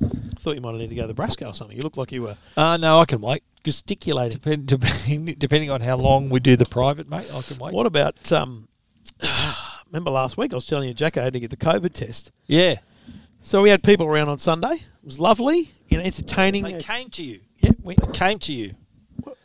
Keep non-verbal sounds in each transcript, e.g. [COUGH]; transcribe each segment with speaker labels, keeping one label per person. Speaker 1: thought you might have needed to go to the Brasco or something. You looked like you were
Speaker 2: Uh, no, I can wait.
Speaker 1: gesticulating.
Speaker 2: Depend, [LAUGHS] depending, depending on how long we do the private, mate, I can wait.
Speaker 1: What about? Um, [SIGHS] remember last week I was telling you Jacko had to get the COVID test.
Speaker 2: Yeah.
Speaker 1: So we had people around on Sunday. It was lovely, you know, entertaining.
Speaker 2: They came to you.
Speaker 1: yeah, we,
Speaker 2: They came to you.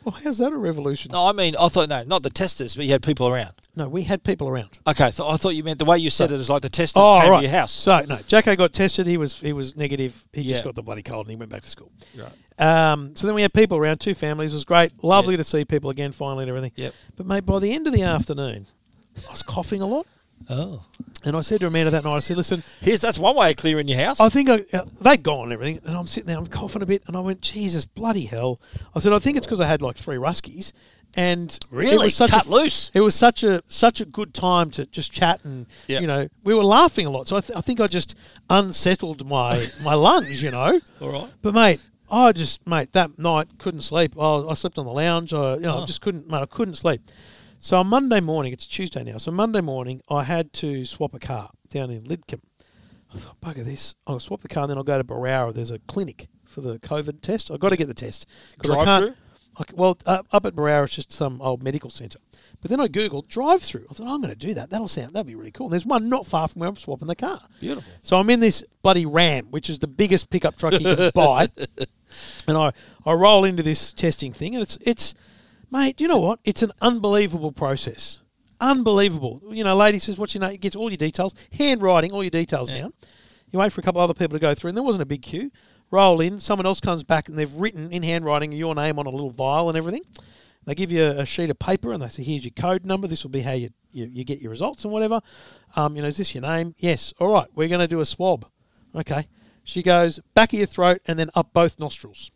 Speaker 1: well, how's that a revolution?
Speaker 2: No, I mean, I thought, no, not the testers, but you had people around.
Speaker 1: No, we had people around. Oh,
Speaker 2: Okay, so I thought you meant the way you said it is like the testers came to your house.
Speaker 1: So no, Jacko got tested. He was he was negative. He
Speaker 2: Yeah.
Speaker 1: just got the bloody cold and he went back to school.
Speaker 2: right.
Speaker 1: Um, so then we had people around, two families. It was great. Lovely to see people again finally and everything.
Speaker 2: Yep.
Speaker 1: But mate, by the end of the afternoon, I was coughing a lot.
Speaker 2: Oh.
Speaker 1: And I said to Amanda that night, I said, listen,
Speaker 2: Here's that's one way of clearing your house.
Speaker 1: I think I, uh, they'd gone and everything. And I'm sitting there, I'm coughing a bit. And I went, Jesus, bloody hell. I said, I think it's because I had like three Ruskies. And it
Speaker 2: Really?
Speaker 1: was such
Speaker 2: Cut
Speaker 1: a,
Speaker 2: loose?
Speaker 1: It was such a such a good time to just chat and
Speaker 2: Yeah.
Speaker 1: you know we were laughing a lot. So I, th- I think I just unsettled my my [LAUGHS] lungs, you know.
Speaker 2: All right.
Speaker 1: But mate, I just mate that night couldn't sleep. I, was- I slept on the lounge. I you know I
Speaker 2: Oh.
Speaker 1: just couldn't mate. I couldn't sleep. So on Monday morning, it's Tuesday now. So Monday morning, I had to swap a car down in Lidcombe. I thought, bugger this. I'll swap the car and then I'll go to Barara. There's a clinic for the COVID test. I've got to get the test. 'Cause I can't-
Speaker 2: Drive-through?
Speaker 1: I c- well, uh, up at Barara, it's just some old medical centre. But then I Googled drive through. I thought, "Oh, I'm going to do that. That'll sound, that'll be really cool. And there's one not far from where I'm swapping the car.
Speaker 2: Beautiful.
Speaker 1: So I'm in this bloody Ram, which is the biggest pickup truck you can buy. And I, I roll into this testing thing, and it's, it's, mate, do you know what? It's an unbelievable process. Unbelievable. You know, lady says, what's your name? Gets all your details, handwriting, all your details down. You wait for a couple other people to go through, and there wasn't a big queue. Roll in, someone else comes back, and they've written in handwriting your name on a little vial and everything. They give you a sheet of paper, and they say, here's your code number. This will be how you, you, you get your results and whatever. Um, you know, is this your name? Yes. All right, we're going to do a swab. Okay. She goes back of your throat and then up both nostrils.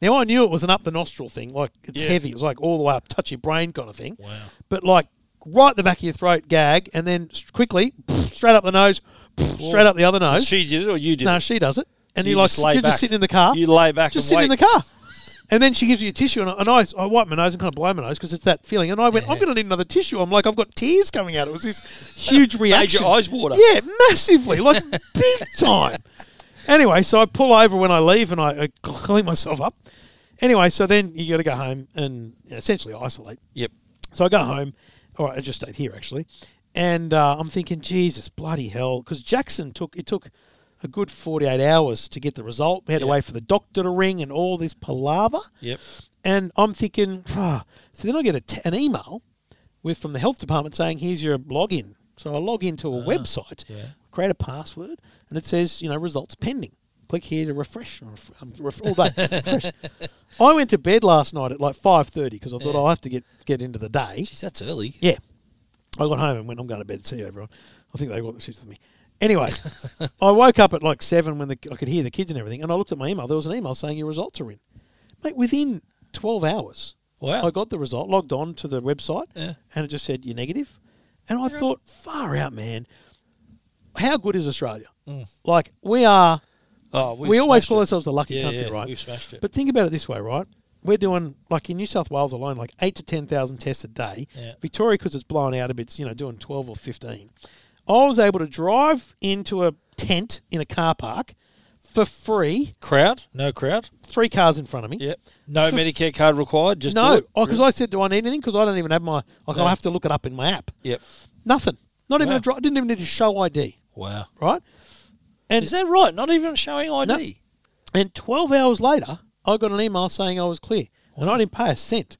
Speaker 1: Now I knew it was an up the nostril thing, like it's
Speaker 2: Yeah.
Speaker 1: heavy, it's like all the way up, touch your brain kind of thing.
Speaker 2: Wow.
Speaker 1: But like right the back of your throat, gag, and then s- quickly straight up the nose, straight up the other
Speaker 2: So
Speaker 1: nose.
Speaker 2: she did it or you did
Speaker 1: No,
Speaker 2: it?
Speaker 1: she does it, and
Speaker 2: So
Speaker 1: you
Speaker 2: you
Speaker 1: like
Speaker 2: just lay
Speaker 1: you're
Speaker 2: back.
Speaker 1: just sitting in the car.
Speaker 2: You lay back
Speaker 1: just
Speaker 2: and
Speaker 1: sitting in the
Speaker 2: wait.
Speaker 1: car. And then she gives you a tissue, and I, and I, I wipe my nose and kind of blow my nose because it's that feeling. And I went, I'm going to need another tissue. I'm like, I've got tears coming out. It was this huge reaction.
Speaker 2: eyes water.
Speaker 1: Yeah, massively, like big time. Anyway, so I pull over when I leave and I, I clean myself up. Anyway, so then you got to go home and you know, essentially isolate.
Speaker 2: Yep.
Speaker 1: So I go home, or I just stayed here actually, and uh, I'm thinking, Jesus, bloody hell, because Jackson took it took a good 48 hours to get the result. We had to
Speaker 2: Yeah.
Speaker 1: wait for the doctor to ring and all this palaver.
Speaker 2: Yep.
Speaker 1: And I'm thinking, "Phew." so then I get a t- an email with from the health department saying, "Here's your login." So I log into a website,
Speaker 2: yeah.
Speaker 1: create a password, and it says, you know, results pending. Click here to refresh, ref- um, ref- all day. refresh. I went to bed last night at like five thirty because I thought I'll have to get get into the day.
Speaker 2: Jeez, that's early.
Speaker 1: Yeah. I got home and went, I'm going to bed. See you, everyone. I think they got the shit with me. Anyway, I woke up at like seven when the, I could hear the kids and everything, and I looked at my email. There was an email saying your results are in. Mate, within 12 hours,
Speaker 2: Wow.
Speaker 1: I got the result, logged on to the website,
Speaker 2: Ah. Yeah.
Speaker 1: and it just said you're negative. And I thought, far out, man. How good is Australia?
Speaker 2: Mm.
Speaker 1: Like, we are,
Speaker 2: Oh,
Speaker 1: we
Speaker 2: we've
Speaker 1: always
Speaker 2: smashed
Speaker 1: call
Speaker 2: it.
Speaker 1: ourselves a lucky
Speaker 2: Yeah,
Speaker 1: country,
Speaker 2: yeah,
Speaker 1: right?
Speaker 2: We've smashed it.
Speaker 1: But think about it this way, right? We're doing like in New South Wales alone, like eight to ten thousand tests a day.
Speaker 2: Yeah.
Speaker 1: Victoria, because it's blown out a bit, it's, you know, doing twelve or fifteen. I was able to drive into a tent in a car park for free,
Speaker 2: crowd? No crowd.
Speaker 1: three cars in front of me.
Speaker 2: Yep. [LAUGHS] oh, No Medicare card required. Just
Speaker 1: no,
Speaker 2: Do it.
Speaker 1: because I said, do I need anything? Because I don't even have my. Like, I'll
Speaker 2: No.
Speaker 1: have to look it up in my app.
Speaker 2: Yep.
Speaker 1: Nothing. Not even
Speaker 2: Wow.
Speaker 1: a dri- I didn't even need to show ID,
Speaker 2: Wow.
Speaker 1: right? And
Speaker 2: Is that right? Not even showing ID.
Speaker 1: and twelve hours later, I got an email saying I was clear, and I didn't pay a cent.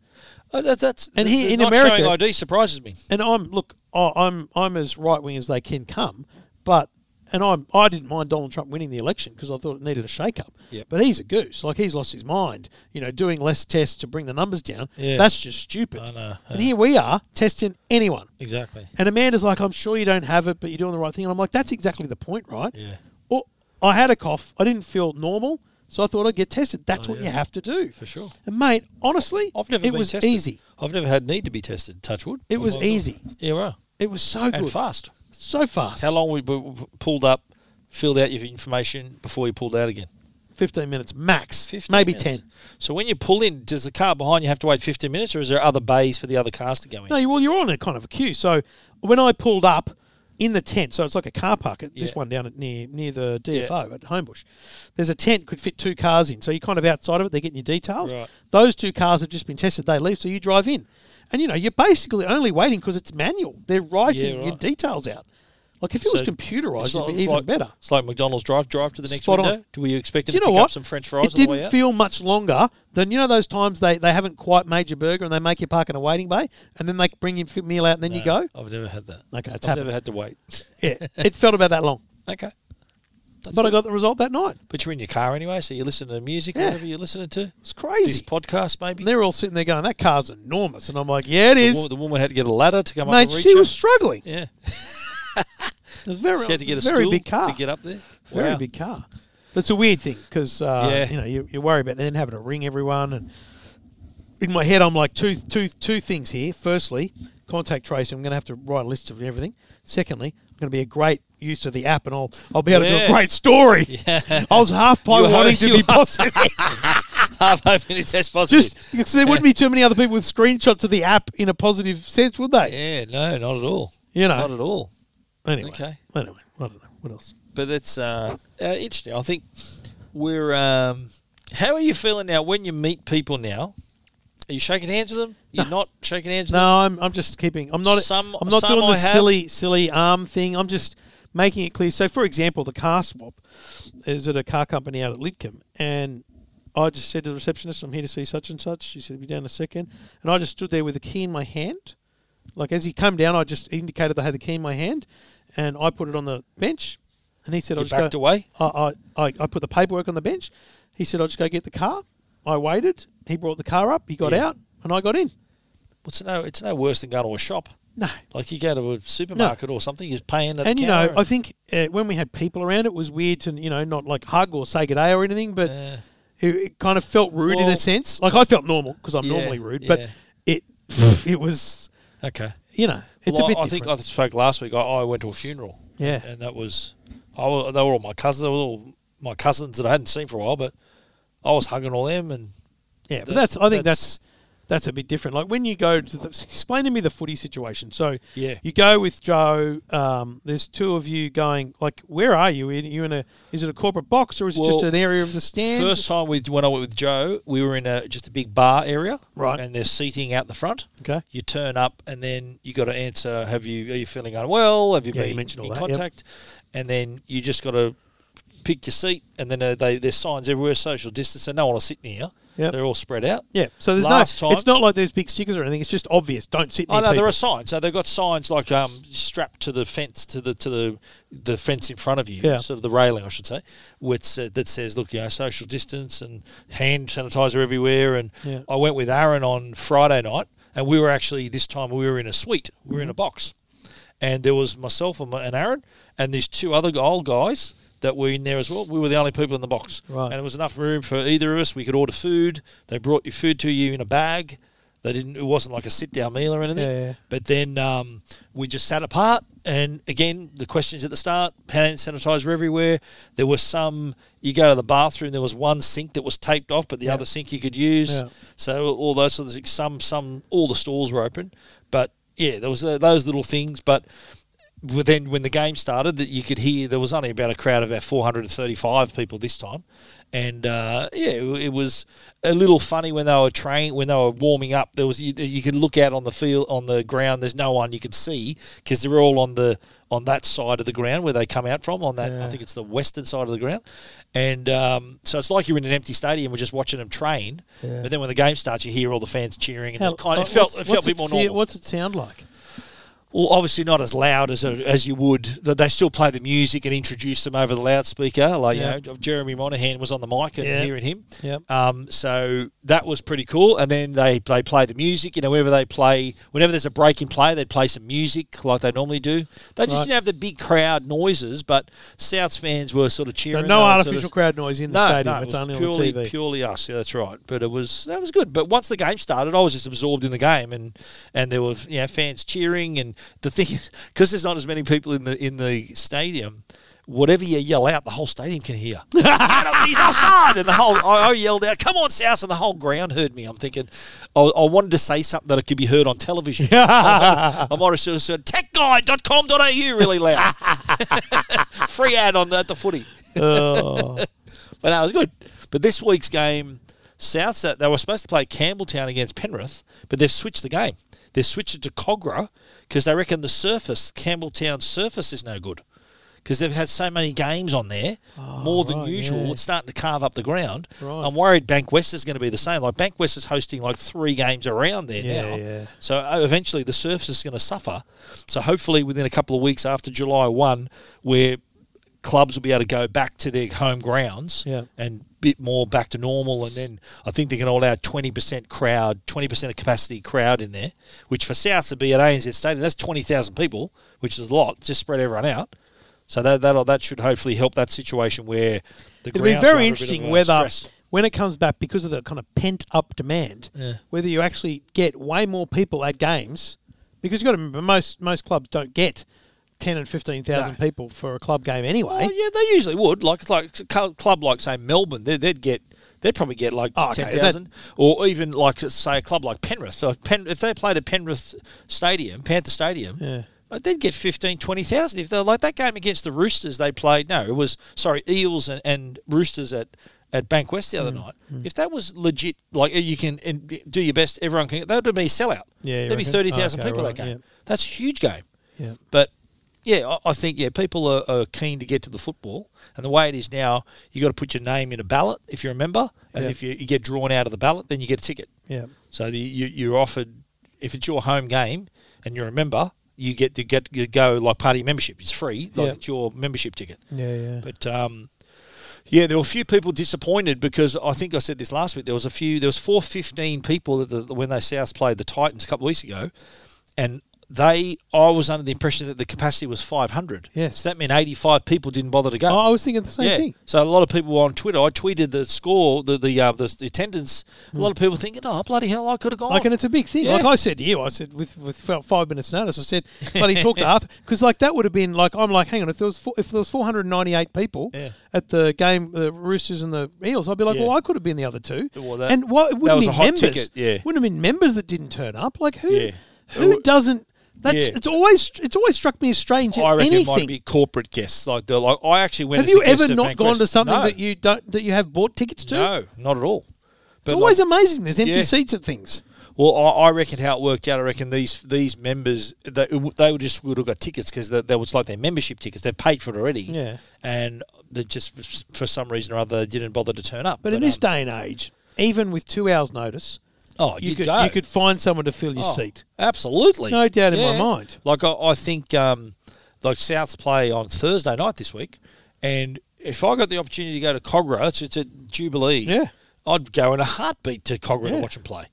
Speaker 2: Oh, that, that's
Speaker 1: And
Speaker 2: th-
Speaker 1: here
Speaker 2: th-
Speaker 1: in
Speaker 2: not
Speaker 1: America-
Speaker 2: showing ID surprises me.
Speaker 1: and I'm look, I- I'm I'm as right wing as they can come, but and I'm I didn't mind Donald Trump winning the election because I thought it needed a shake up.
Speaker 2: Yep.
Speaker 1: But he's a goose, like he's lost his mind. You know, doing less tests to bring the numbers down.
Speaker 2: Yeah.
Speaker 1: That's just stupid.
Speaker 2: I know,
Speaker 1: And here we are testing anyone.
Speaker 2: Exactly.
Speaker 1: And Amanda's like, I'm sure you don't have it, but you're doing the right thing. And I'm like, that's exactly the point, right?
Speaker 2: Yeah.
Speaker 1: Or I had a cough. I didn't feel normal, so I thought I'd get tested. That's what you have to do.
Speaker 2: Oh, For sure.
Speaker 1: And mate, honestly,
Speaker 2: I've never
Speaker 1: it
Speaker 2: been
Speaker 1: was
Speaker 2: tested.
Speaker 1: easy.
Speaker 2: I've never had need to be tested. Touch wood.
Speaker 1: It
Speaker 2: Oh
Speaker 1: was
Speaker 2: my God.
Speaker 1: easy.
Speaker 2: Yeah, right.
Speaker 1: It was so
Speaker 2: And
Speaker 1: good.
Speaker 2: fast.
Speaker 1: So fast.
Speaker 2: How long we b- w- pulled up, filled out your information before you pulled out again?
Speaker 1: 15 minutes max,
Speaker 2: 15
Speaker 1: maybe
Speaker 2: minutes.
Speaker 1: 10.
Speaker 2: So when you pull in, does the car behind you have to wait 15 minutes or is there other bays for the other cars to go in?
Speaker 1: No, you, well, you're on a kind of a queue. So when I pulled up, in the tent. So it's like a car park. at This
Speaker 2: Yeah.
Speaker 1: one down at near near the DFO at Homebush. There's a tent could fit two cars in. So you're kind of outside of it. They're getting your details.
Speaker 2: Right.
Speaker 1: Those two cars have just been tested. They leave, so you drive in, and you know you're basically only waiting because it's manual. They're writing
Speaker 2: Yeah, right.
Speaker 1: your details out. Like if it
Speaker 2: So
Speaker 1: was computerized, it'd
Speaker 2: like-
Speaker 1: be
Speaker 2: it's
Speaker 1: even
Speaker 2: like-
Speaker 1: better.
Speaker 2: It's like McDonald's drive drive to the next
Speaker 1: Spot on.
Speaker 2: window. Do we expect them
Speaker 1: Do you
Speaker 2: to
Speaker 1: know
Speaker 2: pick
Speaker 1: what?
Speaker 2: up some French
Speaker 1: it
Speaker 2: fries on the way
Speaker 1: didn't
Speaker 2: out?
Speaker 1: feel much longer than you know those times they, they haven't quite made your burger and they make you park in a waiting bay and then they bring your meal out and then you go.
Speaker 2: I've never had that.
Speaker 1: Okay,
Speaker 2: I've
Speaker 1: it's happened.
Speaker 2: never had
Speaker 1: [LAUGHS]
Speaker 2: to wait.
Speaker 1: Yeah, it felt about that long,
Speaker 2: okay, That's
Speaker 1: but I
Speaker 2: good.
Speaker 1: got the result that night.
Speaker 2: but you're in your car anyway, so you listen to music, or
Speaker 1: Yeah.
Speaker 2: whatever you're listening to.
Speaker 1: It's crazy.
Speaker 2: This podcast, maybe.
Speaker 1: and they're all sitting there going, "That car's enormous," and I'm like, "Yeah, it
Speaker 2: The,
Speaker 1: is,
Speaker 2: woman, the woman had to get a ladder to come
Speaker 1: mate."
Speaker 2: up and reach
Speaker 1: She
Speaker 2: her.
Speaker 1: was struggling.
Speaker 2: yeah,
Speaker 1: It was [LAUGHS] very,
Speaker 2: she had to get a
Speaker 1: very
Speaker 2: stool
Speaker 1: big car.
Speaker 2: to get up there.
Speaker 1: Very
Speaker 2: Wow.
Speaker 1: big car. That's a weird thing because uh,
Speaker 2: Yeah.
Speaker 1: you know you, you worry about then having to ring everyone. And in my head, I'm like two two two things here. Firstly, contact tracing. I'm going to have to write a list of everything. Secondly, I'm going to be a great use of the app, and I'll I'll be able to do
Speaker 2: Yeah.
Speaker 1: a great story. I was half
Speaker 2: [LAUGHS] You
Speaker 1: pipe
Speaker 2: were-
Speaker 1: wanting to
Speaker 2: you
Speaker 1: be
Speaker 2: were-
Speaker 1: positive.
Speaker 2: [LAUGHS] Half open to test positive.
Speaker 1: Just because there wouldn't be too many other people with screenshots of the app in a positive sense, would they?
Speaker 2: yeah, no, not at all.
Speaker 1: You know.
Speaker 2: not at all.
Speaker 1: Anyway,
Speaker 2: Okay.
Speaker 1: Anyway, I don't know what else.
Speaker 2: but it's uh, uh, interesting. I think we're. Um, how are you feeling now when you meet people now? Are you shaking hands with them? You're not shaking hands with them.
Speaker 1: No, I'm, I'm just keeping. I'm not.
Speaker 2: Some-
Speaker 1: I'm not
Speaker 2: some
Speaker 1: doing
Speaker 2: I
Speaker 1: the
Speaker 2: have.
Speaker 1: silly silly arm thing. I'm just making it clear. So, for example, the car swap is at a car company out at Lidcombe, and I just said to the receptionist, "I'm here to see such and such." She said, "Be down in a second. and I just stood there with the key in my hand. Like as he came down, I just indicated that I had the key in my hand, and I put it on the bench, and he said,
Speaker 2: You
Speaker 1: "I'll just
Speaker 2: backed
Speaker 1: go,
Speaker 2: away?
Speaker 1: I, I, I, I put the paperwork on the bench. He said, "I'll just go get the car." I waited. He brought the car up. He got
Speaker 2: Yeah.
Speaker 1: out, and I got in.
Speaker 2: It's no, it's no worse than going to a shop.
Speaker 1: No,
Speaker 2: Like you go to a supermarket or something, you're paying at
Speaker 1: and
Speaker 2: the
Speaker 1: you know,
Speaker 2: counter
Speaker 1: I think uh, when we had people around, it was weird to you know not like hug or say good day or anything, but
Speaker 2: Yeah.
Speaker 1: it, it kind of felt rude in
Speaker 2: Well-
Speaker 1: a sense. Like I felt normal because I'm
Speaker 2: Yeah,
Speaker 1: normally rude, but
Speaker 2: yeah. [LAUGHS]
Speaker 1: it it was
Speaker 2: and- okay.
Speaker 1: you know it's
Speaker 2: Well,
Speaker 1: a bit
Speaker 2: I
Speaker 1: different.
Speaker 2: think I spoke last week. I, I went to a funeral.
Speaker 1: Yeah.
Speaker 2: and that was, I wa they were all my cousins. They were all my cousins that I hadn't seen for a while, but I was hugging all them and
Speaker 1: yeah, but
Speaker 2: that-
Speaker 1: that's I think
Speaker 2: that's-
Speaker 1: that's. That's a bit different. Like when you go to the, explain to me the footy situation. So
Speaker 2: Yeah.
Speaker 1: you go with Joe. Um, there's two of you going. Like where are you? Are you in a? Is it a corporate box or is it just
Speaker 2: Well,
Speaker 1: an area of the stand?
Speaker 2: First time with when I went with Joe, we were in a just a big bar area,
Speaker 1: Right.
Speaker 2: And there's seating out the front.
Speaker 1: Okay.
Speaker 2: You turn up, and then you got to answer: Have you are you feeling unwell? Have you
Speaker 1: Yeah, you
Speaker 2: been
Speaker 1: mentioned all
Speaker 2: in
Speaker 1: that, yep.
Speaker 2: contact? And then you just got to pick your seat, and then uh, they there's signs everywhere, social distance, and no one will sit near.
Speaker 1: Yep.
Speaker 2: They're all spread out.
Speaker 1: Yeah, so there's
Speaker 2: Last
Speaker 1: no.
Speaker 2: time-
Speaker 1: It's not like there's big stickers or anything. It's just obvious. Don't sit. Near
Speaker 2: Oh no,
Speaker 1: people.
Speaker 2: there are signs. So they've got signs like um, strapped to the fence, to the to the the fence in front of you,
Speaker 1: Yeah.
Speaker 2: sort of the railing, I should say, which uh, that says, look, you know, social distance and hand sanitizer everywhere. And
Speaker 1: Yeah.
Speaker 2: I went with Aaron on Friday night, and we were actually this time we were in a suite, we were in a
Speaker 1: Mm-hmm.
Speaker 2: box, and there was myself and, my, and Aaron and these two other old guys that were in there as well. We were the only people in the box,
Speaker 1: Right.
Speaker 2: and it was enough room for either of us. We could order food. They brought your food to you in a bag. They didn't. It wasn't like a sit-down meal or anything.
Speaker 1: Yeah, yeah.
Speaker 2: But then um, we just sat apart, and again, the questions at the start: hand sanitizer everywhere. There was some. You go to the bathroom. There was one sink that was taped off, but the other sink you could use.
Speaker 1: Yeah.
Speaker 2: So all those sort of things. Some, some, all the stores were open, but yeah, there was uh, those little things. But well, then when the game started, that you could hear there was only about a crowd of about 435 people this time, and uh, yeah, it, it was a little funny when they were train when they were warming up. There was you, you could look out on the field on the ground. There's no one you could see because they're all on the on that side of the ground where they come out from. On that, I
Speaker 1: Yeah.
Speaker 2: think it's the western side of the ground, and um, so it's like you're in an empty stadium. We're just watching them train,
Speaker 1: Yeah.
Speaker 2: but then when the game starts, you hear all the fans cheering, and
Speaker 1: How-
Speaker 2: it kind of
Speaker 1: uh,
Speaker 2: felt
Speaker 1: what's-
Speaker 2: it felt
Speaker 1: what's
Speaker 2: a bit more
Speaker 1: feel-
Speaker 2: normal.
Speaker 1: What's it sound like?
Speaker 2: Well, obviously not as loud as as you would. Th- They still play the music and introduce them over the loudspeaker. Like
Speaker 1: Yeah.
Speaker 2: you know, Jeremy Monahan was on the mic and
Speaker 1: Yeah.
Speaker 2: hearing him.
Speaker 1: Yeah.
Speaker 2: Um, so that was pretty cool. And then they they play the music. You know, whenever they play, whenever there's a break in play, they play some music like they normally do. They just
Speaker 1: Right.
Speaker 2: didn't have the big crowd noises, but Souths fans were sort of
Speaker 1: So
Speaker 2: cheering.
Speaker 1: no
Speaker 2: They were
Speaker 1: artificial
Speaker 2: sort of-
Speaker 1: crowd noise in the stadium.
Speaker 2: it
Speaker 1: it's
Speaker 2: was
Speaker 1: only
Speaker 2: purely,
Speaker 1: on the TV.
Speaker 2: Purely us, yeah, that's right. But it was that was good. But once the game started, I was just absorbed in the game, and and there were you know, fans cheering, and the thing because there's not as many people in the in the stadium. Whatever you yell out, the whole stadium
Speaker 1: [LAUGHS]
Speaker 2: can hear. Get up, he's offside, and the whole I I yelled out, "Come on, South!" and the whole ground heard
Speaker 1: [LAUGHS]
Speaker 2: me. I'm thinking, I, I wanted to say something that it could be heard on television. I might have sort of said, "Tech betguide.com.au really loud. [LAUGHS] Free ad on at the footy.
Speaker 1: [LAUGHS] Oh.
Speaker 2: But no, it was good. But this week's game, Souths, that- they were supposed to play Campbelltown against Penrith, but they've switched the game. They've switched it to Cogra because they reckon the surface, Campbelltown surface, is no good. Because they've had so many games on there, more than
Speaker 1: right,
Speaker 2: usual,
Speaker 1: yeah.
Speaker 2: it's starting to carve up the ground.
Speaker 1: Right.
Speaker 2: I'm worried Bank West is going to be the same. Like Bank West is hosting like three games around there
Speaker 1: Yeah,
Speaker 2: now,
Speaker 1: yeah.
Speaker 2: so uh, eventually the surface is going to suffer. So hopefully within a couple of weeks after July one, where clubs will be able to go back to their home grounds
Speaker 1: Yeah.
Speaker 2: and bit more back to normal. And then I think they're going to allow 20% crowd, 20% of capacity crowd in there, which for South to be at ANZ Stadium, that's 20,000 people, which is a lot, just spread everyone out. So that that that should hopefully help that situation where the
Speaker 1: It'll be
Speaker 2: grounds are under a
Speaker 1: very
Speaker 2: bit
Speaker 1: interesting
Speaker 2: of, uh,
Speaker 1: whether
Speaker 2: stress.
Speaker 1: when it comes back because of the kind of pent up demand,
Speaker 2: Yeah.
Speaker 1: whether you actually get way more people at games because you've got to remember most most clubs don't get ten and fifteen thousand
Speaker 2: No.
Speaker 1: people for a club game anyway.
Speaker 2: Oh yeah, they usually would. Like it's like a cl- club like say Melbourne, they, they'd get they'd probably get like
Speaker 1: Oh, okay,
Speaker 2: ten thousand, or even like say a club like Penrith. So if Pen, if they played at Penrith Stadium, Panther Stadium,
Speaker 1: Yeah.
Speaker 2: like, they'd get 15, 20,000. If they're like that game against the Roosters, they played no, it was sorry Eels and, and Roosters at. At Bankwest the other
Speaker 1: Mm,
Speaker 2: night, if that was legit, like you can and do your best, everyone can. That would be a sellout.
Speaker 1: Yeah, you
Speaker 2: there'd be
Speaker 1: reckon?
Speaker 2: thirty thousand
Speaker 1: Okay,
Speaker 2: people
Speaker 1: right,
Speaker 2: that game.
Speaker 1: yeah.
Speaker 2: That's a huge game.
Speaker 1: Yeah.
Speaker 2: But yeah, I, I think yeah, people are, are keen to get to the football, and the way it is now, you got to put your name in a ballot if you're a member, and
Speaker 1: Yeah.
Speaker 2: if you, you get drawn out of the ballot, then you get a ticket.
Speaker 1: Yeah.
Speaker 2: So the, you, you're offered if it's your home game and you're a member, you get to get you go like party membership. It's free, like
Speaker 1: Yeah.
Speaker 2: it's your membership ticket.
Speaker 1: Yeah, yeah.
Speaker 2: But um, yeah, there were a few people disappointed because I think I said this last week. There was a few. There was four fifteen people that the, when they South played the Titans a couple of weeks ago, and they I was under the impression that the capacity was five hundred.
Speaker 1: Yes.
Speaker 2: so that meant eighty five people didn't bother to go.
Speaker 1: oh, I was thinking the same thing.
Speaker 2: So a lot of people were on Twitter. I tweeted the score, the the uh, the, the attendance. A lot of people thinking, "Oh bloody hell, I could have gone."
Speaker 1: Like, and it's a big thing.
Speaker 2: Yeah.
Speaker 1: Like I said to you, I said with with f- five minutes notice, I
Speaker 2: [LAUGHS]
Speaker 1: said, "Bloody talk to Arthur," because like that would have been like I'm like, hang on, if there was four, if there was 498 people
Speaker 2: Yeah.
Speaker 1: at the game, the Roosters and the Eels, I'd be like,
Speaker 2: Yeah.
Speaker 1: well, I could have been the other two,
Speaker 2: Well, that-
Speaker 1: and why it
Speaker 2: that
Speaker 1: wouldn't
Speaker 2: was
Speaker 1: be
Speaker 2: a hot
Speaker 1: members?
Speaker 2: ticket, yeah.
Speaker 1: Wouldn't have been members that didn't turn up. Like who?
Speaker 2: Yeah.
Speaker 1: Who doesn't? That's
Speaker 2: Yeah.
Speaker 1: it's always it's always struck me as strange.
Speaker 2: I reckon
Speaker 1: anything.
Speaker 2: it might be corporate guests. Like they're like, I actually went.
Speaker 1: have
Speaker 2: as
Speaker 1: you
Speaker 2: a guest
Speaker 1: ever
Speaker 2: at
Speaker 1: not
Speaker 2: Bank
Speaker 1: gone
Speaker 2: West.
Speaker 1: to something
Speaker 2: No.
Speaker 1: that you don't that you have bought tickets to?
Speaker 2: No, not at all.
Speaker 1: It's always amazing. There's empty
Speaker 2: Yeah.
Speaker 1: seats at things.
Speaker 2: Well, I, I reckon how it worked out. I reckon these these members they, they would just would have got tickets because that, that was like their membership tickets. They paid for it already.
Speaker 1: Yeah.
Speaker 2: and they just for some reason or other they didn't bother to turn up.
Speaker 1: But in this
Speaker 2: um,
Speaker 1: day and age, even with two hours' notice,
Speaker 2: oh,
Speaker 1: you
Speaker 2: you
Speaker 1: could
Speaker 2: go.
Speaker 1: you could find someone to fill your
Speaker 2: Oh,
Speaker 1: seat.
Speaker 2: Absolutely,
Speaker 1: No doubt in my mind.
Speaker 2: Like I, I think, um, like Souths play on Thursday night this week, and if I got the opportunity to go to Cogra, it's, it's at Jubilee.
Speaker 1: Yeah.
Speaker 2: I'd go in a heartbeat to Cogra
Speaker 1: Yeah.
Speaker 2: to watch them play.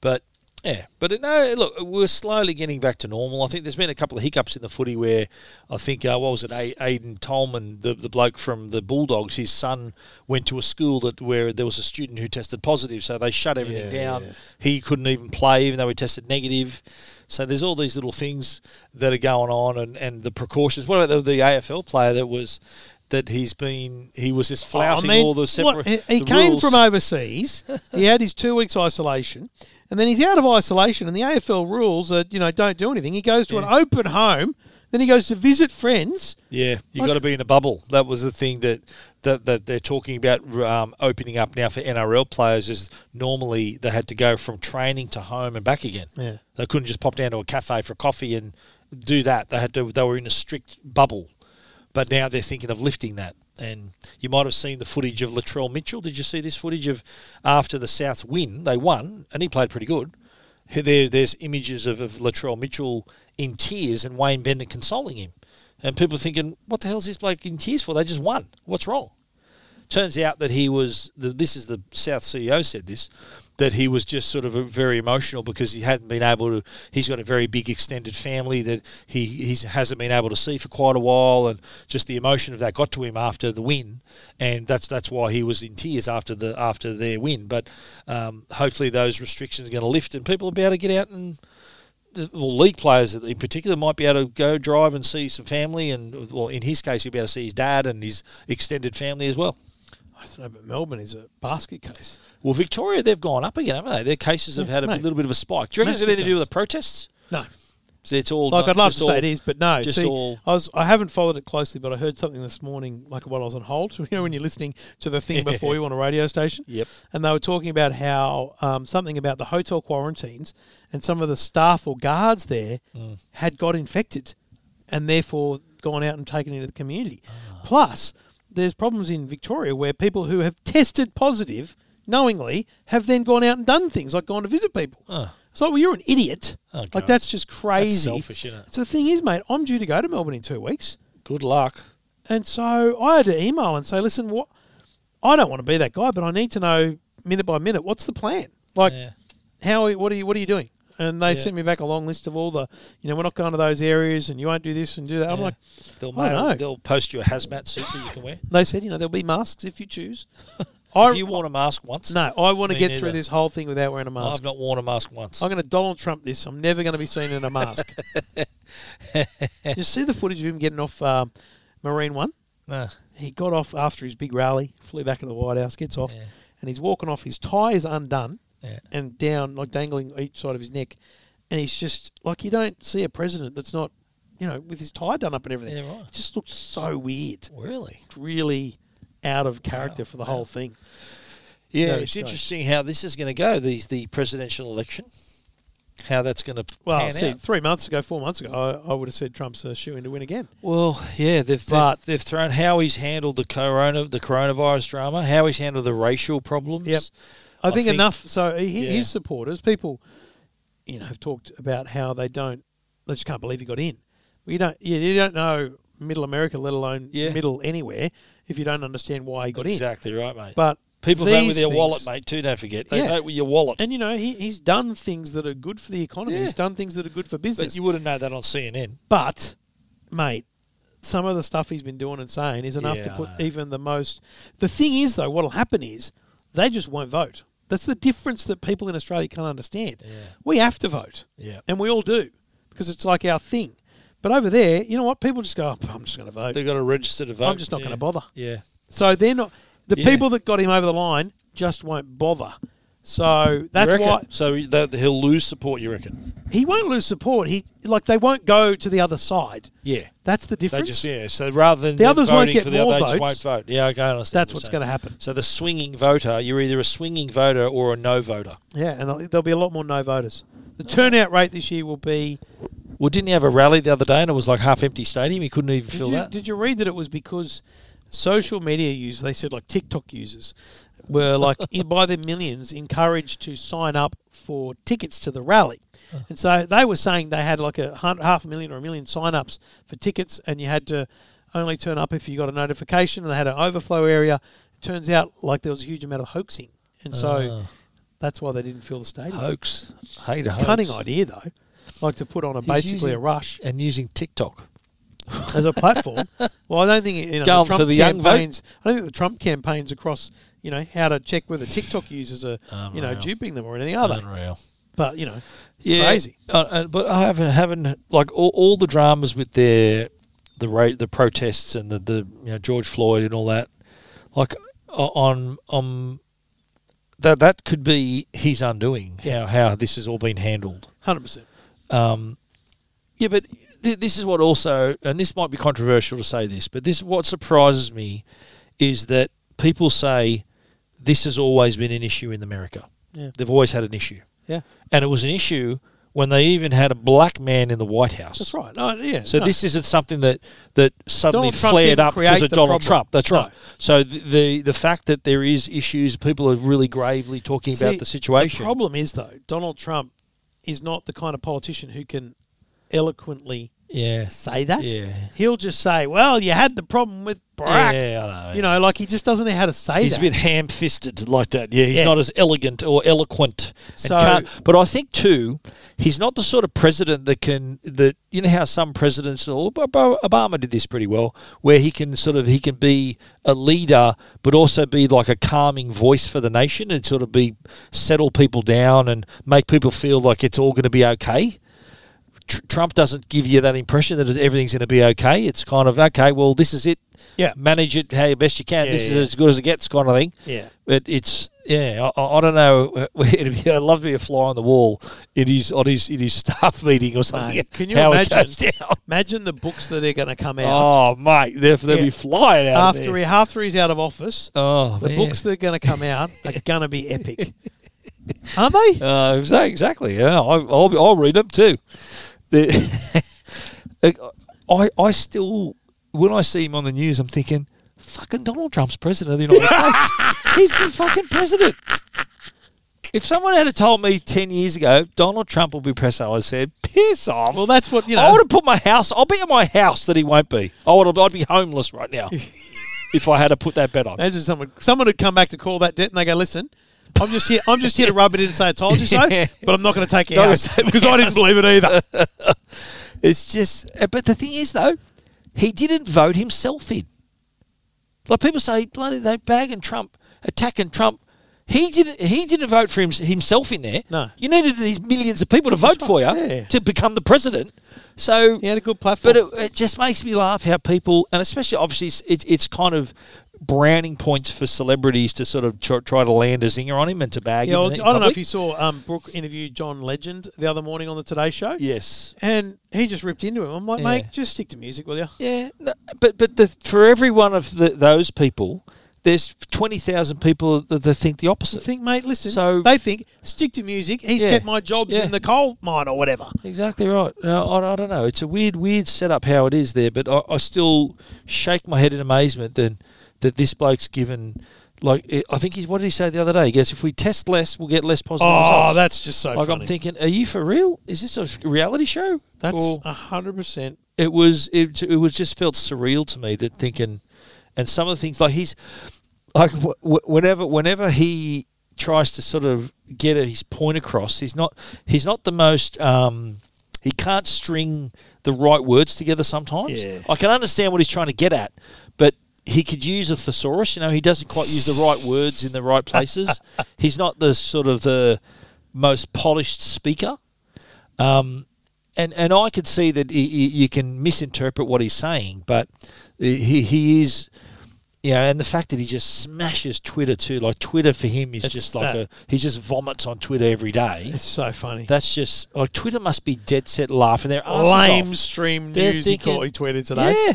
Speaker 2: But yeah, but uh, no, look, we're slowly getting back to normal. I think there's been a couple of hiccups in the footy where I think uh, what was it, a- Aiden Tolman, the the bloke from the Bulldogs, his son went to a school that where there was a student who tested positive, so they shut everything
Speaker 1: Yeah,
Speaker 2: down.
Speaker 1: yeah.
Speaker 2: He couldn't even play, even though he tested negative. So there's all these little things that are going on, and, and the precautions. What about the, the AFL player that was that he's been he was just flouting
Speaker 1: I mean,
Speaker 2: all the
Speaker 1: what-
Speaker 2: separate.
Speaker 1: he he
Speaker 2: the
Speaker 1: came
Speaker 2: rules.
Speaker 1: from overseas. he had his two weeks isolation, and then he's out of isolation. And the AFL rules are you know don't do anything. He goes to an open home, then he goes to visit friends.
Speaker 2: Yeah, you
Speaker 1: Like-
Speaker 2: got to be in a bubble. That was the thing that that, that they're talking about um, opening up now for NRL players. Is normally they had to go from training to home and back again.
Speaker 1: Yeah.
Speaker 2: they couldn't just pop down to a cafe for coffee and do that. They had to. They were in a strict bubble, but now they're thinking of lifting that. And you might have seen the footage of Latrell Mitchell. Did you see this footage of after the Souths win? They won, and he played pretty good. There, there's images of, of Latrell Mitchell in tears and Wayne Bennett consoling him. And people thinking, what the hell is this bloke in tears for? They just won. What's wrong? Turns out that he was, the, this is the South CEO said this, that he was just sort of a- very emotional because he hadn't been able to, he's got a very big extended family that he he's, hasn't been able to see for quite a while. And just the emotion of that got to him after the win. And that's that's why he was in tears after the after their win. But um, hopefully those restrictions are going to lift and people will be able to get out and the- well, league players in particular might be able to go drive and see some family, and well, in his case, he'll be able to see his dad and his extended family as well.
Speaker 1: I don't know, but Melbourne is a basket case.
Speaker 2: Well, Victoria, they've gone up again, haven't they? Their cases have had a
Speaker 1: mate.
Speaker 2: little bit of a spike. Do you reckon it's got
Speaker 1: Massive
Speaker 2: anything to do with the protests?
Speaker 1: No,
Speaker 2: So it's all
Speaker 1: Like
Speaker 2: no-
Speaker 1: I'd love
Speaker 2: just
Speaker 1: to say
Speaker 2: all-
Speaker 1: it is, but no.
Speaker 2: just
Speaker 1: See,
Speaker 2: all-
Speaker 1: I was I haven't followed it closely, but I heard something this morning, like while I was on hold. [LAUGHS] You know, when you're listening to the
Speaker 2: [LAUGHS]
Speaker 1: thing before you on a radio station.
Speaker 2: Yep.
Speaker 1: And they were talking about how um, something about the hotel quarantines and some of the staff or guards there
Speaker 2: Mm.
Speaker 1: had got infected, and therefore gone out and taken into the community.
Speaker 2: Ah.
Speaker 1: Plus, there's problems in Victoria where people who have tested positive knowingly have then gone out and done things like gone to visit people.
Speaker 2: Oh.
Speaker 1: It's like, well, you're an idiot.
Speaker 2: Oh,
Speaker 1: like
Speaker 2: God.
Speaker 1: that's just crazy.
Speaker 2: selfish, isn't it?
Speaker 1: So the thing is, mate, I'm due to go to Melbourne in two weeks,
Speaker 2: Good luck.
Speaker 1: and so I had to email and say, listen, what? I don't want to be that guy, but I need to know minute by minute what's the plan. Like,
Speaker 2: Yeah.
Speaker 1: how? What are you? What are you doing? And they
Speaker 2: Yeah.
Speaker 1: sent me back a long list of all the, you know, we're not going to those areas, and you won't do this and do that. I'm
Speaker 2: Yeah.
Speaker 1: like,
Speaker 2: they'll
Speaker 1: I don't know.
Speaker 2: mail, they'll post you a hazmat suit that you can wear.
Speaker 1: they said, you know, there'll be masks if you
Speaker 2: [LAUGHS]
Speaker 1: choose.
Speaker 2: If you worn a mask once?
Speaker 1: no, I want to
Speaker 2: Me
Speaker 1: get
Speaker 2: neither.
Speaker 1: through this whole thing without wearing a mask.
Speaker 2: I've not worn a mask once.
Speaker 1: I'm going to Donald Trump this. I'm never going to be seen in a
Speaker 2: [LAUGHS]
Speaker 1: mask. you see the footage of him getting off um, Marine One?
Speaker 2: No.
Speaker 1: He got off after his big rally, flew back into the White House, gets off,
Speaker 2: Yeah.
Speaker 1: and he's walking off. His tie is undone
Speaker 2: Yeah.
Speaker 1: and down, like dangling each side of his neck. And he's just like, you don't see a president that's not, you know, with his tie done up and everything.
Speaker 2: Yeah, right.
Speaker 1: It just looks so weird.
Speaker 2: Really?
Speaker 1: It's really out of character for the whole thing.
Speaker 2: Yeah,
Speaker 1: No,
Speaker 2: it's
Speaker 1: it's not.
Speaker 2: interesting how this is going to go. These the presidential election, how that's going to
Speaker 1: Well,
Speaker 2: pan
Speaker 1: see,
Speaker 2: out.
Speaker 1: three months ago, four months ago, I, I would have said Trump's a shoe in to win again.
Speaker 2: Well, yeah, they've,
Speaker 1: But-
Speaker 2: they've they've thrown how he's handled the corona the coronavirus drama, how he's handled the racial problems.
Speaker 1: Yep. I,
Speaker 2: I
Speaker 1: think,
Speaker 2: think-
Speaker 1: enough. So he,
Speaker 2: Yeah.
Speaker 1: his supporters, people, you know, have talked about how they don't, they just can't believe he got in. You don't, you, you don't know middle America, let alone
Speaker 2: Yeah.
Speaker 1: middle anywhere, if you don't understand why he got
Speaker 2: exactly right, mate.
Speaker 1: in. But
Speaker 2: people vote
Speaker 1: these
Speaker 2: with their
Speaker 1: things-
Speaker 2: wallet, mate. Too don't forget they
Speaker 1: Yeah.
Speaker 2: vote with your wallet.
Speaker 1: And you know, he, he's done things that are good for the economy.
Speaker 2: Yeah.
Speaker 1: He's done things that are good for
Speaker 2: but
Speaker 1: business.
Speaker 2: you wouldn't know that on CNN.
Speaker 1: But, mate, some of the stuff he's been doing and saying is enough
Speaker 2: Yeah,
Speaker 1: to
Speaker 2: I
Speaker 1: put
Speaker 2: know.
Speaker 1: even the most. The thing is, though, what'll happen is they just won't vote. That's the difference that people in Australia can't understand.
Speaker 2: Yeah.
Speaker 1: We have to vote,
Speaker 2: Yeah,
Speaker 1: and we all do because it's like our thing. But over there, you know what? People just go, oh, I'm just going to vote.
Speaker 2: they've got to register to vote.
Speaker 1: I'm just not
Speaker 2: Yeah.
Speaker 1: going to bother.
Speaker 2: Yeah,
Speaker 1: So they're not. The
Speaker 2: Yeah.
Speaker 1: people that got him over the line just won't bother. So that's
Speaker 2: You reckon?
Speaker 1: why
Speaker 2: So he- that he'll lose support. You reckon?
Speaker 1: he won't lose support. He like they won't go to the other side.
Speaker 2: Yeah.
Speaker 1: That's the
Speaker 2: They
Speaker 1: difference.
Speaker 2: just yeah. So rather than
Speaker 1: The
Speaker 2: them
Speaker 1: others
Speaker 2: voting
Speaker 1: won't get
Speaker 2: for the
Speaker 1: more
Speaker 2: other, they
Speaker 1: votes.
Speaker 2: just won't vote. Yeah, okay, I understand.
Speaker 1: That's
Speaker 2: what
Speaker 1: what's
Speaker 2: you're
Speaker 1: going to
Speaker 2: saying.
Speaker 1: happen.
Speaker 2: So the swinging voter, you're either a swinging voter or a no voter.
Speaker 1: Yeah, and there'll be a lot more no voters. The turnout rate this year will be.
Speaker 2: Well, didn't he have a rally the other day and it was like half empty stadium? He couldn't even
Speaker 1: Did
Speaker 2: fill
Speaker 1: you,
Speaker 2: that.
Speaker 1: did you read that it was because social media users, they said like TikTok users, were [LAUGHS] like in, by the millions encouraged to sign up for tickets to the rally. And so they were saying they had like a hun- half a million or a million sign ups for tickets, and you had to only turn up if you got a notification, and they had an overflow area. turns out like there was a huge amount of hoaxing. And so
Speaker 2: Ah.
Speaker 1: that's why they didn't fill the stadium.
Speaker 2: hoax, hate a hoax.
Speaker 1: cunning idea though, like to put on a
Speaker 2: He's
Speaker 1: basically
Speaker 2: using-
Speaker 1: a rush
Speaker 2: and using TikTok.
Speaker 1: as a
Speaker 2: [LAUGHS]
Speaker 1: platform. well, I don't think you know
Speaker 2: Going
Speaker 1: the Trump
Speaker 2: for the young vote?
Speaker 1: campaigns. I don't think the Trump campaigns across you know how to check whether TikTok users are you know
Speaker 2: Unreal.
Speaker 1: duping them or anything are they?
Speaker 2: Unreal.
Speaker 1: But you know, it's crazy.
Speaker 2: Uh, uh, but I haven't haven't like all, all the dramas with their the rate the protests and the the you know George Floyd and all that. Like o- on um that that could be his undoing.
Speaker 1: Yeah.
Speaker 2: How how this has all been handled.
Speaker 1: Hundred percent.
Speaker 2: Um, yeah, but th- this is what also, and this might be controversial to say this, but this what surprises me is that people say this has always been an issue in America.
Speaker 1: Yeah.
Speaker 2: They've always had an issue,
Speaker 1: Yeah,
Speaker 2: and it was an issue when they even had a black man in the White House.
Speaker 1: that's right. No, yeah.
Speaker 2: So
Speaker 1: no.
Speaker 2: this isn't something that that suddenly
Speaker 1: Donald Trump
Speaker 2: flared
Speaker 1: didn't
Speaker 2: up because
Speaker 1: create
Speaker 2: of
Speaker 1: the
Speaker 2: Donald
Speaker 1: problem.
Speaker 2: Trump. That's
Speaker 1: No.
Speaker 2: right. So the, the the fact that there is issues, people are really gravely talking
Speaker 1: See,
Speaker 2: about the situation.
Speaker 1: The problem is though, Donald Trump is not the kind of politician who can eloquently
Speaker 2: yeah.
Speaker 1: say that.
Speaker 2: Yeah.
Speaker 1: He'll just say, "Well, you had the problem with Barack."
Speaker 2: Yeah, I know.
Speaker 1: You know, like he just doesn't know how to say
Speaker 2: He's
Speaker 1: that.
Speaker 2: a bit ham fisted like that. Yeah, he's
Speaker 1: Yeah.
Speaker 2: not as elegant or eloquent. And
Speaker 1: So-
Speaker 2: can't, but I think too, he's not the sort of president that can that you know how some presidents or Ob- Ob- Obama did this pretty well, where he can sort of he can be a leader but also be like a calming voice for the nation and sort of be settle people down and make people feel like it's all going to be okay. Tr- Trump doesn't give you that impression that everything's going to be okay. It's kind of okay. Well, this is it.
Speaker 1: Yeah.
Speaker 2: manage it how best you can.
Speaker 1: Yeah,
Speaker 2: this is
Speaker 1: yeah.
Speaker 2: as good as it gets, kind of thing.
Speaker 1: Yeah.
Speaker 2: But it's yeah, I, I I don't know. [LAUGHS] It'd be, I'd love to be a fly on the wall in his on his in his staff meeting or something.
Speaker 1: Mate, can you
Speaker 2: how
Speaker 1: imagine?
Speaker 2: It goes down.
Speaker 1: Imagine the books that are going to come out
Speaker 2: Oh mate, they'll, they'll
Speaker 1: Yeah.
Speaker 2: be flying out
Speaker 1: after
Speaker 2: of there.
Speaker 1: he, after he's out of office.
Speaker 2: oh,
Speaker 1: The
Speaker 2: man.
Speaker 1: books that are going to come out
Speaker 2: [LAUGHS]
Speaker 1: are going to be epic, aren't they?
Speaker 2: Uh, exa- exactly. Yeah, I, I'll, be- I'll read them too. The- [LAUGHS] Like, I, I still, when I see him on the news, I'm thinking, fucking Donald Trump's president of
Speaker 1: [LAUGHS]
Speaker 2: the United States. He's the fucking president. If someone had told me 10 years ago, Donald Trump will be president, I would have said, piss off.
Speaker 1: Well, that's what you
Speaker 2: I
Speaker 1: know.
Speaker 2: would have put my house, I'll bet you my house that he won't be. I would have, I'd be homeless
Speaker 1: [LAUGHS]
Speaker 2: right now if I had to put that bet on.
Speaker 1: Imagine someone someone would come back to call that debt and they go, "Listen, I'm just here. I'm just here
Speaker 2: [LAUGHS]
Speaker 1: to rub it in and say I told you so,
Speaker 2: Yeah.
Speaker 1: but I'm not going to take it
Speaker 2: Not gonna
Speaker 1: out
Speaker 2: take my
Speaker 1: because I
Speaker 2: house."
Speaker 1: didn't believe it either."
Speaker 2: [LAUGHS] It's just, uh, but the thing is though, he didn't vote himself in. Like people say, bloody they bagging Trump, attacking Trump. He didn't. He didn't vote for him, himself in there.
Speaker 1: No.
Speaker 2: you needed these millions of people to vote for you
Speaker 1: Yeah.
Speaker 2: to become the president. So
Speaker 1: He had a good platform.
Speaker 2: but it, it just makes me laugh how people, and especially obviously, it's, it's it's kind of browning points for celebrities to sort of try, try to land a zinger on him and to bag
Speaker 1: yeah,
Speaker 2: him.
Speaker 1: well,
Speaker 2: in
Speaker 1: I don't know
Speaker 2: public.
Speaker 1: if you saw um, Brooke interview John Legend the other morning on the Today Show,
Speaker 2: Yes.
Speaker 1: and he just ripped into him. I'm like,
Speaker 2: Yeah.
Speaker 1: mate, just stick to music, will you?
Speaker 2: Yeah, no, but but the, for every one of the, those people, there's twenty thousand people that, that think the
Speaker 1: I
Speaker 2: opposite.
Speaker 1: think, mate, listen.
Speaker 2: So-
Speaker 1: they think stick to music. He's
Speaker 2: Yeah.
Speaker 1: kept my jobs
Speaker 2: Yeah.
Speaker 1: in the coal mine or whatever.
Speaker 2: Exactly right. No, I, I don't know. It's a weird, weird setup how it is there, but I, I still shake my head in amazement then that this bloke's given. Like eh, I- I think he's what did he say the other day? He goes, "If we test less, we'll get less positive
Speaker 1: Oh,
Speaker 2: results."
Speaker 1: that's just so
Speaker 2: like
Speaker 1: funny.
Speaker 2: I'm thinking, are you for real? Is this a reality show?
Speaker 1: that's
Speaker 2: Or-
Speaker 1: hundred percent.
Speaker 2: it was it, it was just felt surreal to me that thinking and some of the things like he's like wh- wh- whenever whenever he tries to sort of get his point across he's not he's not the most um he can't string the right words together sometimes
Speaker 1: Yeah.
Speaker 2: i can understand what he's trying to get at but he could use a thesaurus you know he doesn't quite use the right words in the right places he's not the sort of the most polished speaker um, and and I could see that he, he, you can misinterpret what he's saying, but he he is, you know, and the fact that he just smashes Twitter too, like Twitter for him is
Speaker 1: It's
Speaker 2: just like
Speaker 1: that-
Speaker 2: a he just vomits on Twitter every day.
Speaker 1: It's so funny.
Speaker 2: That's just like Twitter must be dead set laughing their asses
Speaker 1: lame
Speaker 2: off.
Speaker 1: stream
Speaker 2: They're
Speaker 1: news
Speaker 2: thinking-
Speaker 1: he caught- he tweeted today.
Speaker 2: Yeah.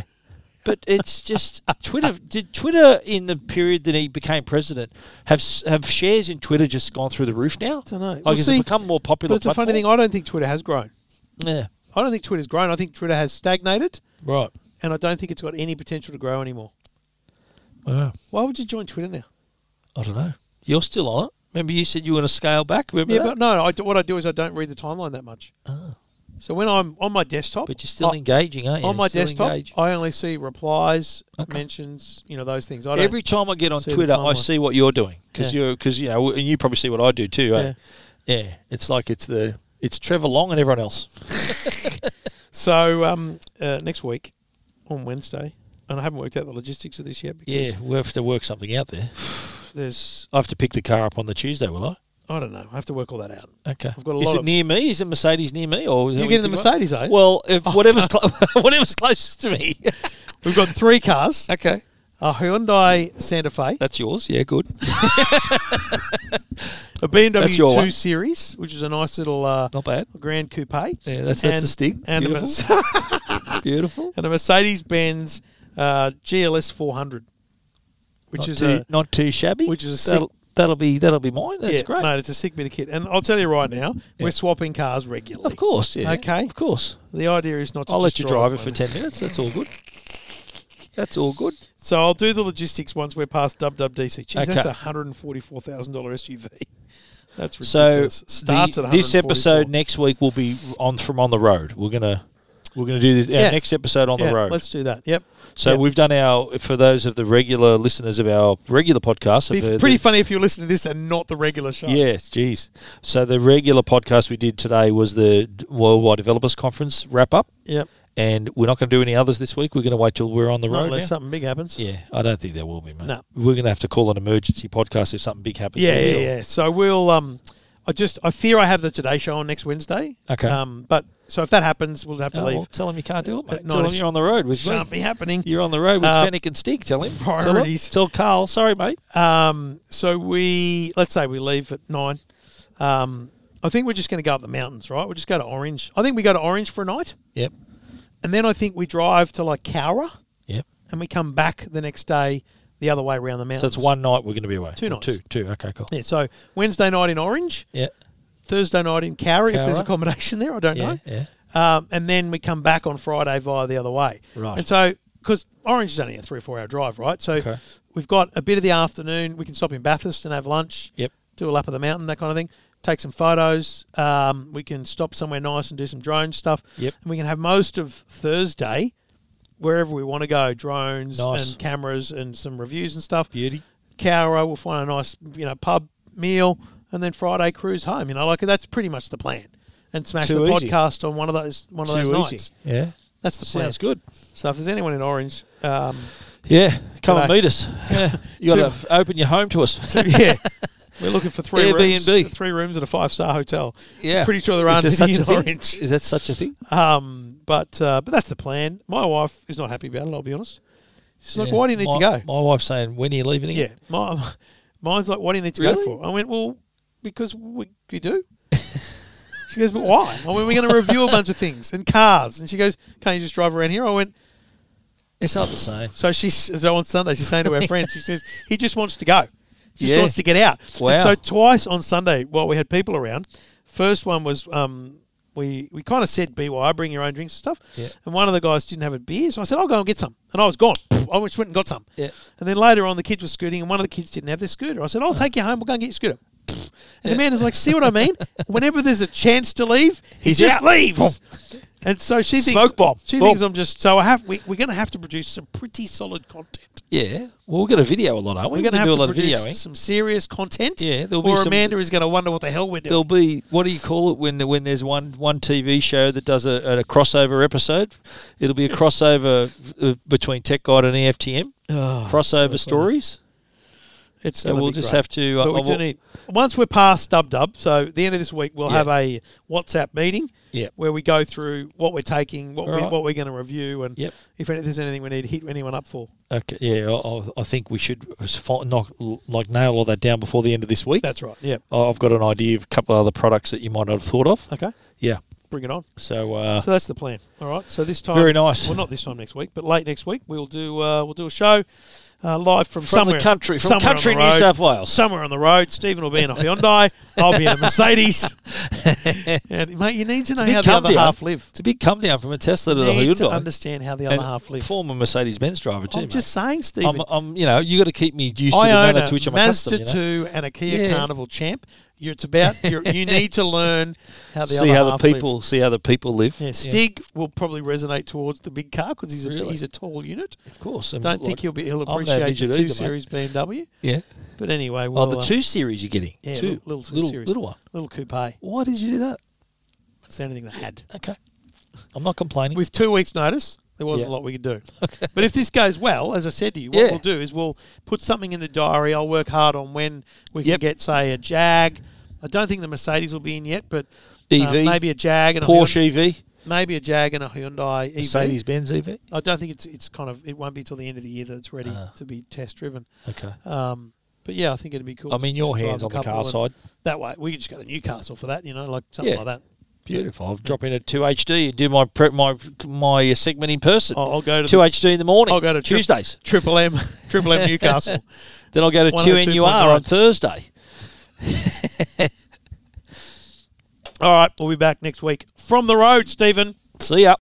Speaker 2: But it's just [LAUGHS] Twitter. Did Twitter in the period that he became president have s- have shares in Twitter just gone through the roof now?
Speaker 1: Dunno.
Speaker 2: Like
Speaker 1: Well,
Speaker 2: has
Speaker 1: see,
Speaker 2: it become more
Speaker 1: But
Speaker 2: popular?
Speaker 1: it's a funny thing. I don't think Twitter has grown.
Speaker 2: Yeah.
Speaker 1: I don't think Twitter's grown. I think Twitter has stagnated,
Speaker 2: Right.
Speaker 1: and I don't think it's got any potential to grow anymore.
Speaker 2: Wow.
Speaker 1: Why would you join Twitter now?
Speaker 2: I don't know. You're still on it. Remember, you said you were going to scale back. Remember
Speaker 1: Yeah,
Speaker 2: that? Ah.
Speaker 1: but no. I do, what I do is I don't read the timeline that much. So when I'm on my desktop,
Speaker 2: But you're still
Speaker 1: I-
Speaker 2: engaging, aren't you?
Speaker 1: on my
Speaker 2: Still
Speaker 1: desktop,
Speaker 2: engaged.
Speaker 1: I only see replies,
Speaker 2: Okay.
Speaker 1: mentions, you know those things. I don't.
Speaker 2: Every time I get on
Speaker 1: see the
Speaker 2: Twitter, I
Speaker 1: timeline.
Speaker 2: see what you're doing because
Speaker 1: Yeah.
Speaker 2: you're because you know, and you probably see what I do too. eh? Yeah. It's like it's the it's Trevor Long and everyone else.
Speaker 1: so um, uh, next week on Wednesday, and I haven't worked out the logistics of this yet. Because
Speaker 2: Yeah, we have to work something out there.
Speaker 1: there's
Speaker 2: I have to pick the car up on the Tuesday, will
Speaker 1: I don't know. I have to work all that out.
Speaker 2: I? Okay.
Speaker 1: I've got a
Speaker 2: is
Speaker 1: lot
Speaker 2: it
Speaker 1: of-
Speaker 2: near me? Is it Mercedes near me, or is that
Speaker 1: You're
Speaker 2: what you
Speaker 1: getting the
Speaker 2: think about?
Speaker 1: Mercedes, eh?
Speaker 2: Well, if whatever's clo- [LAUGHS] whatever's closest to me. [LAUGHS]
Speaker 1: We've got three cars:
Speaker 2: okay,
Speaker 1: a Hyundai Santa Fe,
Speaker 2: that's yours. Yeah, good.
Speaker 1: a
Speaker 2: That's your
Speaker 1: BMW
Speaker 2: one.
Speaker 1: 2 Series, which is a nice little uh,
Speaker 2: Not
Speaker 1: [LAUGHS]
Speaker 2: bad.
Speaker 1: Grand Coupe.
Speaker 2: Yeah, that's that's
Speaker 1: and-
Speaker 2: the Stig.
Speaker 1: and a,
Speaker 2: Beautiful.
Speaker 1: Merce-
Speaker 2: Beautiful.
Speaker 1: [LAUGHS] and a Mercedes Benz uh, GLS 400, which
Speaker 2: not
Speaker 1: is
Speaker 2: too,
Speaker 1: a
Speaker 2: not too shabby.
Speaker 1: which is a sick-
Speaker 2: that'll, that'll be that'll be mine. That's
Speaker 1: yeah,
Speaker 2: great.
Speaker 1: No, it's a sick bit of kit. And I'll tell you right now,
Speaker 2: Yeah.
Speaker 1: we're swapping cars regularly.
Speaker 2: Of course. Yeah.
Speaker 1: Okay.
Speaker 2: Of course.
Speaker 1: The idea is not. To
Speaker 2: I'll let
Speaker 1: just
Speaker 2: you drive it
Speaker 1: one.
Speaker 2: for ten minutes. That's all good. That's all good.
Speaker 1: So I'll do the logistics once we're past WWDC. Jeez,
Speaker 2: Okay.
Speaker 1: that's a hundred and forty-four thousand dollar SUV. [LAUGHS] That's
Speaker 2: So
Speaker 1: ridiculous. Starts
Speaker 2: the-
Speaker 1: at
Speaker 2: this
Speaker 1: 144.
Speaker 2: episode next week will be on from on the road. We're gonna we're gonna do this, our
Speaker 1: Yeah.
Speaker 2: next episode on
Speaker 1: yeah,
Speaker 2: the road.
Speaker 1: Let's do that. Yep.
Speaker 2: so
Speaker 1: yeah.
Speaker 2: we've done our for those of the regular listeners of our regular podcast.
Speaker 1: Be
Speaker 2: of the-
Speaker 1: pretty funny if you listen to this and not the regular show.
Speaker 2: Yes, geez. So the regular podcast we did today was the Worldwide Developers Conference wrap up,
Speaker 1: Yep.
Speaker 2: and we're not going to do any others this week. We're going to wait till we're on the
Speaker 1: Not
Speaker 2: road.
Speaker 1: unless
Speaker 2: now.
Speaker 1: something big happens.
Speaker 2: Yeah, I don't think there will be, mate.
Speaker 1: No.
Speaker 2: We're going to have to call an emergency podcast if something big happens.
Speaker 1: Yeah,
Speaker 2: We
Speaker 1: yeah,
Speaker 2: will.
Speaker 1: yeah. So we'll um, I just I fear I have the Today Show on next Wednesday.
Speaker 2: Okay.
Speaker 1: Um, but so if that happens, we'll have to
Speaker 2: Oh, well,
Speaker 1: leave.
Speaker 2: tell him you can't do it, mate.
Speaker 1: no,
Speaker 2: tell him
Speaker 1: it's-
Speaker 2: you're on the road with me.
Speaker 1: Shan't be happening.
Speaker 2: You're on the road with
Speaker 1: Uh,
Speaker 2: Fennick and Stig. Tell him. Tell him.
Speaker 1: Priorities.
Speaker 2: Tell, Carl. Sorry, mate.
Speaker 1: Um, so we let's say we leave at nine. Um, I think we're just going to go up the mountains, right? We'll just go to Orange. I think we go to Orange for a night,
Speaker 2: Yep.
Speaker 1: and then I think we drive to like Cowra,
Speaker 2: Yep.
Speaker 1: and we come back the next day the other way around the mountains.
Speaker 2: So it's one night we're going to be away.
Speaker 1: Two
Speaker 2: Or
Speaker 1: nights.
Speaker 2: Two. Two. Okay. Cool.
Speaker 1: Yeah. So Wednesday night in Orange,
Speaker 2: Yeah.
Speaker 1: Thursday night in Cowra, if there's
Speaker 2: Cowra.
Speaker 1: accommodation there. I don't
Speaker 2: Yeah.
Speaker 1: know.
Speaker 2: Yeah.
Speaker 1: um, and then we come back on Friday via the other way.
Speaker 2: Right.
Speaker 1: And so, because Orange is only a three or four hour drive, right? So
Speaker 2: Okay.
Speaker 1: we've got a bit of the afternoon. We can stop in Bathurst and have lunch.
Speaker 2: Yep.
Speaker 1: Do a lap of the mountain, that kind of thing. Take some photos. Um, we can stop somewhere nice and do some drone stuff.
Speaker 2: Yep.
Speaker 1: And we can have most of Thursday wherever we want to go, drones
Speaker 2: Nice.
Speaker 1: and cameras and some reviews and stuff.
Speaker 2: Beauty.
Speaker 1: Cowra, we'll find a nice you know pub meal, and then Friday cruise home. You know, like that's pretty much the plan. And smash
Speaker 2: Too
Speaker 1: the
Speaker 2: easy.
Speaker 1: podcast on one of those one of those
Speaker 2: Too
Speaker 1: nights.
Speaker 2: easy. Yeah.
Speaker 1: That's the plan. [LAUGHS]
Speaker 2: Sounds good.
Speaker 1: So if there's anyone in Orange, um,
Speaker 2: [LAUGHS] Yeah. Come and
Speaker 1: Today. [LAUGHS]
Speaker 2: meet us. Yeah. You got to open your home to us.
Speaker 1: yeah, we're looking for three
Speaker 2: Airbnb.
Speaker 1: rooms, three rooms at a five star hotel.
Speaker 2: Yeah.
Speaker 1: pretty sure there aren't
Speaker 2: Is there
Speaker 1: any in
Speaker 2: such a thing?
Speaker 1: Orange.
Speaker 2: Is that such a thing?
Speaker 1: Um, but uh, but that's the plan. My wife is not happy about it. I'll be honest. She's like,
Speaker 2: Yeah.
Speaker 1: "Why do you need
Speaker 2: my,
Speaker 1: to go?"
Speaker 2: My wife's saying, when are you leaving
Speaker 1: yeah,
Speaker 2: again?
Speaker 1: my, [LAUGHS] mine's like, "Why do you need to
Speaker 2: Really?
Speaker 1: go for?" I went, "Well, because we, we do." [LAUGHS] she goes, "But why?" I went, "We're going to review a bunch of things and cars." And she goes, "Can't you just drive around here?" I went,
Speaker 2: It's not the same.
Speaker 1: So she's so on Sunday she's saying to her friends, she says he just wants to go. She just
Speaker 2: Yeah.
Speaker 1: wants to get out. And
Speaker 2: Wow.
Speaker 1: so twice on Sunday, while we had people around, first one was um, we we kind of said BY, bring your own drinks and stuff.
Speaker 2: Yeah.
Speaker 1: And one of the guys didn't have a beer, so I said I'll go and get some, and I was gone. I just went and got some.
Speaker 2: Yeah.
Speaker 1: And then later on, the kids were scooting, and one of the kids didn't have their scooter. I said
Speaker 2: Oh.
Speaker 1: I'll take you home. We'll go and get your scooter. And the man is like, see what I
Speaker 2: [LAUGHS]
Speaker 1: mean? Whenever there's a chance to leave, he
Speaker 2: He's
Speaker 1: just
Speaker 2: out.
Speaker 1: leaves. And so she thinks
Speaker 2: Smoke bomb.
Speaker 1: She
Speaker 2: Boom.
Speaker 1: thinks I'm just so I have. We, we're going to have to produce some pretty solid content.
Speaker 2: Yeah. Well, we're going to video a lot, aren't we?
Speaker 1: We're going to
Speaker 2: We're
Speaker 1: have to
Speaker 2: gonna do a lot of
Speaker 1: produce
Speaker 2: videoing.
Speaker 1: some serious content.
Speaker 2: Yeah, there'll be
Speaker 1: or
Speaker 2: some-
Speaker 1: Amanda is going to wonder what the hell we're doing.
Speaker 2: There'll be what do you call it when when there's one one TV show that does a, a crossover episode? It'll be a crossover uh, between Tech Guide and E EFTM
Speaker 1: Oh,
Speaker 2: crossover
Speaker 1: so funny.
Speaker 2: stories.
Speaker 1: It's
Speaker 2: So
Speaker 1: gonna
Speaker 2: we'll
Speaker 1: be
Speaker 2: just
Speaker 1: great.
Speaker 2: have to. uh,
Speaker 1: But we
Speaker 2: I
Speaker 1: do
Speaker 2: will-
Speaker 1: need, once we're past Dub Dub, so at the end of this week we'll
Speaker 2: Yeah.
Speaker 1: have a WhatsApp meeting
Speaker 2: Yeah.
Speaker 1: where we go through what we're taking, what,
Speaker 2: All
Speaker 1: we,
Speaker 2: right.
Speaker 1: what we're going to review, and
Speaker 2: Yep.
Speaker 1: if any, there's anything we need to hit anyone up for.
Speaker 2: uh, Okay. Yeah. I- I, I think we should uh, fi- knock, like nail all that down before the end of this week.
Speaker 1: That's right. Yeah.
Speaker 2: I- I've got an idea of a couple of other products that you might not have thought of.
Speaker 1: Okay.
Speaker 2: Yeah.
Speaker 1: Bring it on.
Speaker 2: So. um, Uh,
Speaker 1: So that's the plan. All right. So this time,
Speaker 2: Very nice.
Speaker 1: Well, not this time next week, but late next week, we'll do uh, we'll do a show uh, live from,
Speaker 2: from
Speaker 1: somewhere
Speaker 2: the country, from
Speaker 1: somewhere on
Speaker 2: country
Speaker 1: the
Speaker 2: New
Speaker 1: road.
Speaker 2: South Wales.
Speaker 1: Somewhere on the road, Stephen will be in a Hyundai. I'll be in a
Speaker 2: [LAUGHS]
Speaker 1: Mercedes. and mate, you need to know
Speaker 2: big
Speaker 1: how the
Speaker 2: come
Speaker 1: other
Speaker 2: down.
Speaker 1: half live.
Speaker 2: It's a big come down from a Tesla to
Speaker 1: You
Speaker 2: the
Speaker 1: need to
Speaker 2: Hyundai.
Speaker 1: understand how the other
Speaker 2: And
Speaker 1: half live.
Speaker 2: Former Mercedes Benz driver too.
Speaker 1: I'm
Speaker 2: mate.
Speaker 1: just saying,
Speaker 2: I'm,
Speaker 1: Stephen.
Speaker 2: I'm, you know, you got to keep me used to the
Speaker 1: I own
Speaker 2: manner
Speaker 1: a
Speaker 2: to which I'm
Speaker 1: Mazda
Speaker 2: accustomed. You know?
Speaker 1: two and a Kia
Speaker 2: Yeah.
Speaker 1: Carnival Champ. You're, it's about you're, you need to learn how the
Speaker 2: [LAUGHS] See
Speaker 1: other
Speaker 2: how the
Speaker 1: half live.
Speaker 2: people, see how the people live.
Speaker 1: Yeah, Stig will probably resonate towards the big car because he's a
Speaker 2: Really?
Speaker 1: he's a tall unit.
Speaker 2: of course. And
Speaker 1: Don't
Speaker 2: like-
Speaker 1: think he'll be he'll
Speaker 2: I'm no
Speaker 1: appreciate the
Speaker 2: midget
Speaker 1: two
Speaker 2: either, mate.
Speaker 1: series BMW.
Speaker 2: Yeah.
Speaker 1: But anyway,
Speaker 2: Oh,
Speaker 1: we'll,
Speaker 2: the
Speaker 1: uh,
Speaker 2: two series you're getting.
Speaker 1: yeah,
Speaker 2: two
Speaker 1: little- little two
Speaker 2: little,
Speaker 1: series.
Speaker 2: little one.
Speaker 1: little coupe. eh?
Speaker 2: Why did you do that?
Speaker 1: That's the only thing they had.
Speaker 2: Okay, I'm not complaining.
Speaker 1: With two weeks' notice, there wasn't
Speaker 2: Yeah.
Speaker 1: a lot we could
Speaker 2: [LAUGHS]
Speaker 1: do. But if this goes well, as I said to you, what
Speaker 2: Yeah.
Speaker 1: we'll do is we'll put something in the diary. I'll work hard on when we
Speaker 2: Yep.
Speaker 1: can get, say, a Jag. I don't think the Mercedes will be in yet, but um,
Speaker 2: EV,
Speaker 1: maybe a Jag and a Hyundai,
Speaker 2: E
Speaker 1: E
Speaker 2: Porsche E EV,
Speaker 1: maybe a Jag and a Hyundai EV.
Speaker 2: Mercedes Benz EV.
Speaker 1: I don't think it's it's kind of it won't be till the end of the year that it's ready
Speaker 2: Ah.
Speaker 1: to be test driven.
Speaker 2: Okay,
Speaker 1: Um, but yeah, I think it'd be cool.
Speaker 2: I'm in
Speaker 1: to
Speaker 2: your
Speaker 1: drive
Speaker 2: hands
Speaker 1: a
Speaker 2: on the
Speaker 1: couple
Speaker 2: car
Speaker 1: and-
Speaker 2: side.
Speaker 1: That way, we could just go to Newcastle for that, you know, like something
Speaker 2: Yeah.
Speaker 1: like that.
Speaker 2: Beautiful. I'll drop in at two HD and do my prep, my my segment in person.
Speaker 1: I'll, I'll go to
Speaker 2: Two
Speaker 1: the
Speaker 2: HD in the morning.
Speaker 1: I'll go to trip-
Speaker 2: Tuesdays.
Speaker 1: Triple M, [LAUGHS] Triple M
Speaker 2: [LAUGHS]
Speaker 1: Newcastle.
Speaker 2: Then I'll go to QNUR
Speaker 1: 102.9.
Speaker 2: on Thursday.
Speaker 1: All right, we'll be back next week from the road, Stephen.
Speaker 2: See ya.